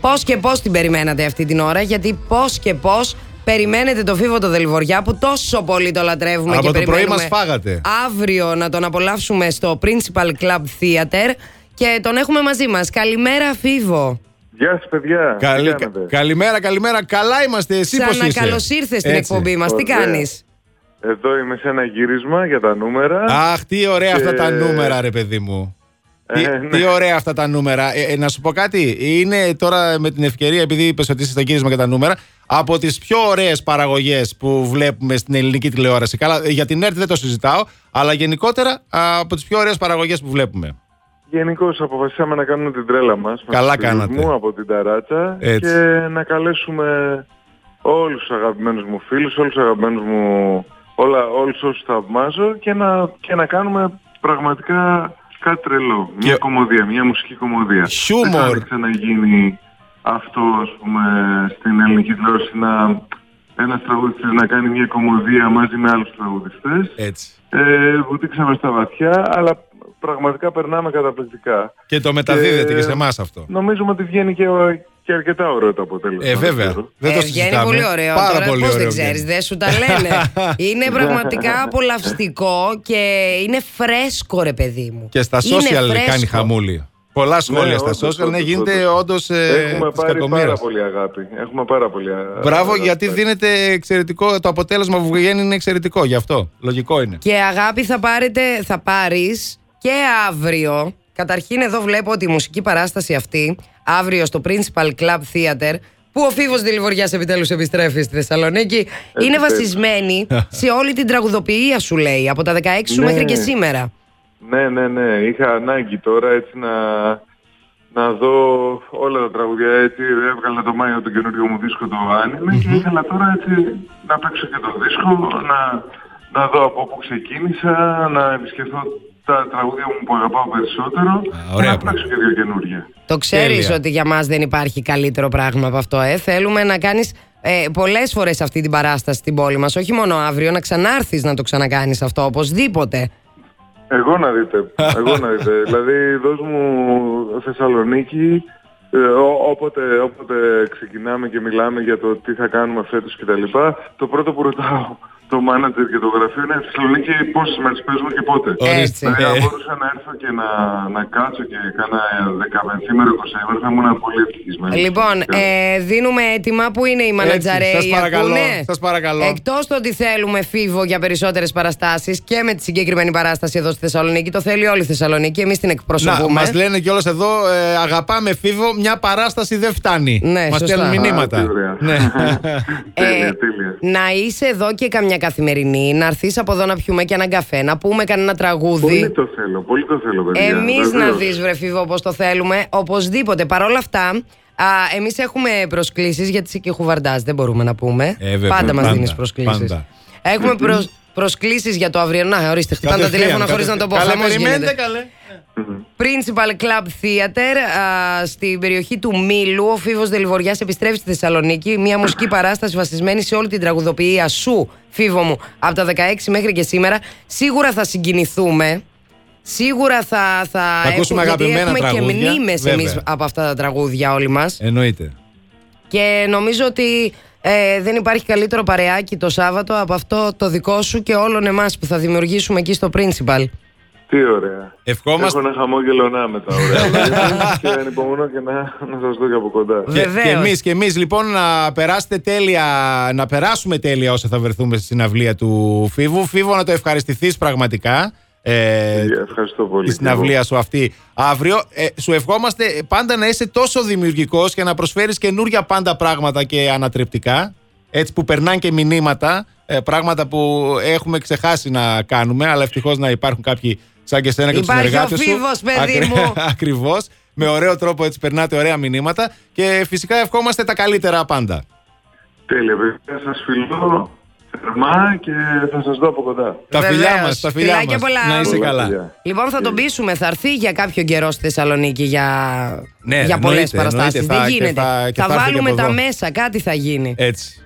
Πώς και πώς την περιμένατε αυτή την ώρα, γιατί πώς και πώς περιμένετε το φίβο το Δελβοριά που τόσο πολύ το λατρεύουμε Από και το πρωί περιμένουμε μας φάγατε. αύριο να τον απολαύσουμε στο Principal Club Theater και τον έχουμε μαζί μας. Καλημέρα Φίβο. Γεια σας παιδιά. Τι Καλη- κάνετε? Καλημέρα, καλημέρα. Καλά είμαστε. Εσύ πώς Ξανά είσαι. καλώς ήρθες στην Έτσι. εκπομπή μας. Τι Ωραία. κάνεις. Εδώ είμαι σε ένα γύρισμα για τα νούμερα. Αχ, τι ωραία Και- αυτά τα νούμερα, ρε παιδί μου. Ε, Τι, ναι. τι ωραία αυτά τα νούμερα. Ε, ε, να σου πω κάτι. Είναι τώρα με την ευκαιρία, επειδή είπες ότι είσαι στο γύρισμα και τα νούμερα, από τις πιο ωραίες παραγωγές που βλέπουμε στην ελληνική τηλεόραση. Καλά, ε, για την ΕΡΤ δεν το συζητάω, αλλά γενικότερα α, από τις πιο ωραίες παραγωγές που βλέπουμε. Γενικώ αποφασίσαμε να κάνουμε την τρέλα μας. με Καλά τους κάνατε. τουρισμού Από την ταράτσα. Έτσι. Και να καλέσουμε όλους τους αγαπημένους μου φίλους, όλους τους αγαπημένους μου... Όλα, όλους όσους θαυμάζω και να, και να κάνουμε πραγματικά κάτι τρελό. Μια Και- κομμωδία, μια μουσική κομμωδία. Χιούμορ. Δεν θα ξαναγίνει αυτό, ας πούμε, στην ελληνική τηλεόραση να... Ένας τραγουδιστής να κάνει μια κομμωδία μαζί με άλλους τραγουδιστές. Έτσι. Ε, βουτήξαμε στα βαθιά, αλλά πραγματικά περνάμε καταπληκτικά. Και το μεταδίδεται Ε, και σε εμάς αυτό. Νομίζουμε ότι βγαίνει και, και αρκετά ωραίο το αποτέλεσμα. Ε, βέβαια. δεν ξέρω. Δεν το Ε, βγαίνει συζητάμε. πολύ ωραίο. Πάρα Τώρα πολύ πώς ωραίο δεν ξέρεις, βγαίνει. δεν σου τα λένε. είναι πραγματικά απολαυστικό και είναι φρέσκο, ρε παιδί μου. Και στα Είναι social φρέσκο. κάνει χαμούλη. Πολλά σχόλια στα όντως, social. Ναι, όντως, γίνεται όντως. όντως ε, Έχουμε της πάρει πάρα κακομοίρας. πολύ αγάπη. Έχουμε πάρα πολύ αγάπη. Μπράβο, γιατί δίνεται εξαιρετικό. Το αποτέλεσμα που βγαίνει είναι εξαιρετικό. Γι' αυτό. Λογικό είναι. Και αγάπη θα, πάρετε, θα πάρεις και αύριο. Καταρχήν εδώ βλέπω ότι η μουσική παράσταση αυτή αύριο στο Principal Club Theater που ο Φίβος Δηληβοριάς επιτέλους επιστρέφει στη Θεσσαλονίκη είναι Επιτέλους. βασισμένη σε όλη την τραγουδοποιία σου λέει από τα 16 σου Ναι. μέχρι και σήμερα. Ναι, ναι, ναι. Είχα ανάγκη τώρα έτσι να, να δω όλα τα τραγουδιά. Έτσι έβγαλα το Μάιο τον καινούριο μου δίσκο το Άνιμε και ήθελα τώρα έτσι να παίξω και το δίσκο, να, να δω από πού ξεκίνησα, να επισκεφθώ τα τραγούδια μου που αγαπάω περισσότερο και ωραία να πράγματα. παίξω και δύο καινούργια. Το ξέρεις Τέλεια. ότι για μας δεν υπάρχει καλύτερο πράγμα από αυτό. Ε. Θέλουμε να κάνεις ε, πολλές φορές αυτή την παράσταση στην πόλη μας. Όχι μόνο αύριο, να ξανάρθεις να το ξανακάνεις αυτό οπωσδήποτε. Εγώ να δείτε. Εγώ να δείτε. δηλαδή, δώσ' μου Θεσσαλονίκη. ε, ό- όποτε, όποτε ξεκινάμε και μιλάμε για το τι θα κάνουμε φέτος κτλ. Το πρώτο που ρωτάω το μάνατζερ και το γραφείο είναι Θεσσαλονίκη πόσες μέρες παίζουμε και πότε. Ε, Ορίστε. έτσι. Δηλαδή, αν Ε, μπορούσα να έρθω και να, να κάτσω και κάνα 15 μέρο, 20 θα ήμουν πολύ ευτυχισμένος. Λοιπόν, ε, δίνουμε έτοιμα που είναι οι μανατζαρέοι. σας παρακαλώ, ακούνε? σας παρακαλώ. Εκτός το ότι θέλουμε φίβο για περισσότερες παραστάσεις και με τη συγκεκριμένη παράσταση εδώ στη Θεσσαλονίκη, το θέλει όλη η Θεσσαλονίκη, εμείς την Να, εκπροσωπούμε. μας λένε κιόλας εδώ, ε, αγαπάμε φίβο, μια παράσταση δεν φτάνει. Ναι, μας σωστά. στέλνουν Α, μηνύματα. τι ωραία. ναι. τέλεια, τέλεια. Ε, να είσαι εδώ και καμιά καθημερινή, να έρθεις από εδώ να πιούμε και έναν καφέ, να πούμε κανένα τραγούδι. Πολύ το θέλω, πολύ το θέλω, παιδιά. Εμείς να βεβαίως. δεις, βρε Φίβο, όπως το θέλουμε. Οπωσδήποτε. Παρ' όλα αυτά, εμείς έχουμε προσκλήσεις γιατί είσαι και χουβαρντάζ, δεν μπορούμε να πούμε. Ε, βέβαια, πάντα μας πάντα, δίνεις προσκλήσεις. πάντα. Έχουμε προσ, προσκλήσεις για το αύριο. Να, ορίστε, χτυπάνε τα Κατευθείαν, τηλέφωνα χωρίς να το πω. Καλά, Χαμός περιμένετε, γίνεται. καλέ. Principal Club Theater α, στην περιοχή του Μήλου. Ο Φίβος Δελιβοριάς επιστρέφει στη Θεσσαλονίκη. Μια μουσική παράσταση βασισμένη σε όλη την τραγουδοποιία σου, Φίβο μου, από τα 16 μέχρι και σήμερα. Σίγουρα θα συγκινηθούμε. Σίγουρα θα, θα, ακούσουμε έχουμε- γιατί αγαπημένα έχουμε και τραγούδια, μνήμες βέβαια. Ε. εμείς από αυτά τα τραγούδια όλοι μας Εννοείται. και νομίζω ότι ε, δεν υπάρχει καλύτερο παρεάκι το Σάββατο από αυτό το δικό σου και όλων εμάς που θα δημιουργήσουμε εκεί στο Principal. Τι ωραία. Ευχόμαστε. Έχω ένα χαμόγελο να με τα ωραία. και ανυπομονώ και να, να σας δω και από κοντά. Και, Βεβαίως. και εμείς και εμείς, λοιπόν να περάσετε τέλεια, να περάσουμε τέλεια όσα θα βρεθούμε στη συναυλία του Φίβου. Φίβο, να το ευχαριστηθείς πραγματικά. Ε, Ευχαριστώ πολύ. τη συναυλία σου αυτή αύριο. Ε, σου ευχόμαστε ε, πάντα να είσαι τόσο δημιουργικός και να προσφέρεις καινούργια πάντα πράγματα και ανατρεπτικά. Έτσι που περνάνε και μηνύματα, ε, πράγματα που έχουμε ξεχάσει να κάνουμε, αλλά ευτυχώς να υπάρχουν κάποιοι σαν και εσένα και τους Υπάρχει ο συνεργάτες σου. Φίβος, παιδί μου. Ακριβώς. Με ωραίο τρόπο έτσι περνάτε ωραία μηνύματα και φυσικά ευχόμαστε τα καλύτερα πάντα. Τέλεια, παιδιά. Σας φιλώ θερμά και θα σας δω από κοντά. Τα φιλιά Βεβαίως. μας, τα φιλιά Φιλάκια μας. πολλά. Να είσαι Πολλά καλά. φιλιά. Λοιπόν, θα τον πείσουμε. Θα έρθει για κάποιο καιρό στη Θεσσαλονίκη για, Ναι, για πολλές εννοείται, παραστάσει. εννοείται. Δεν Θα- και γίνεται. θα- και θα έρθει και βάλουμε από τα εδώ. μέσα, κάτι θα γίνει. Έτσι.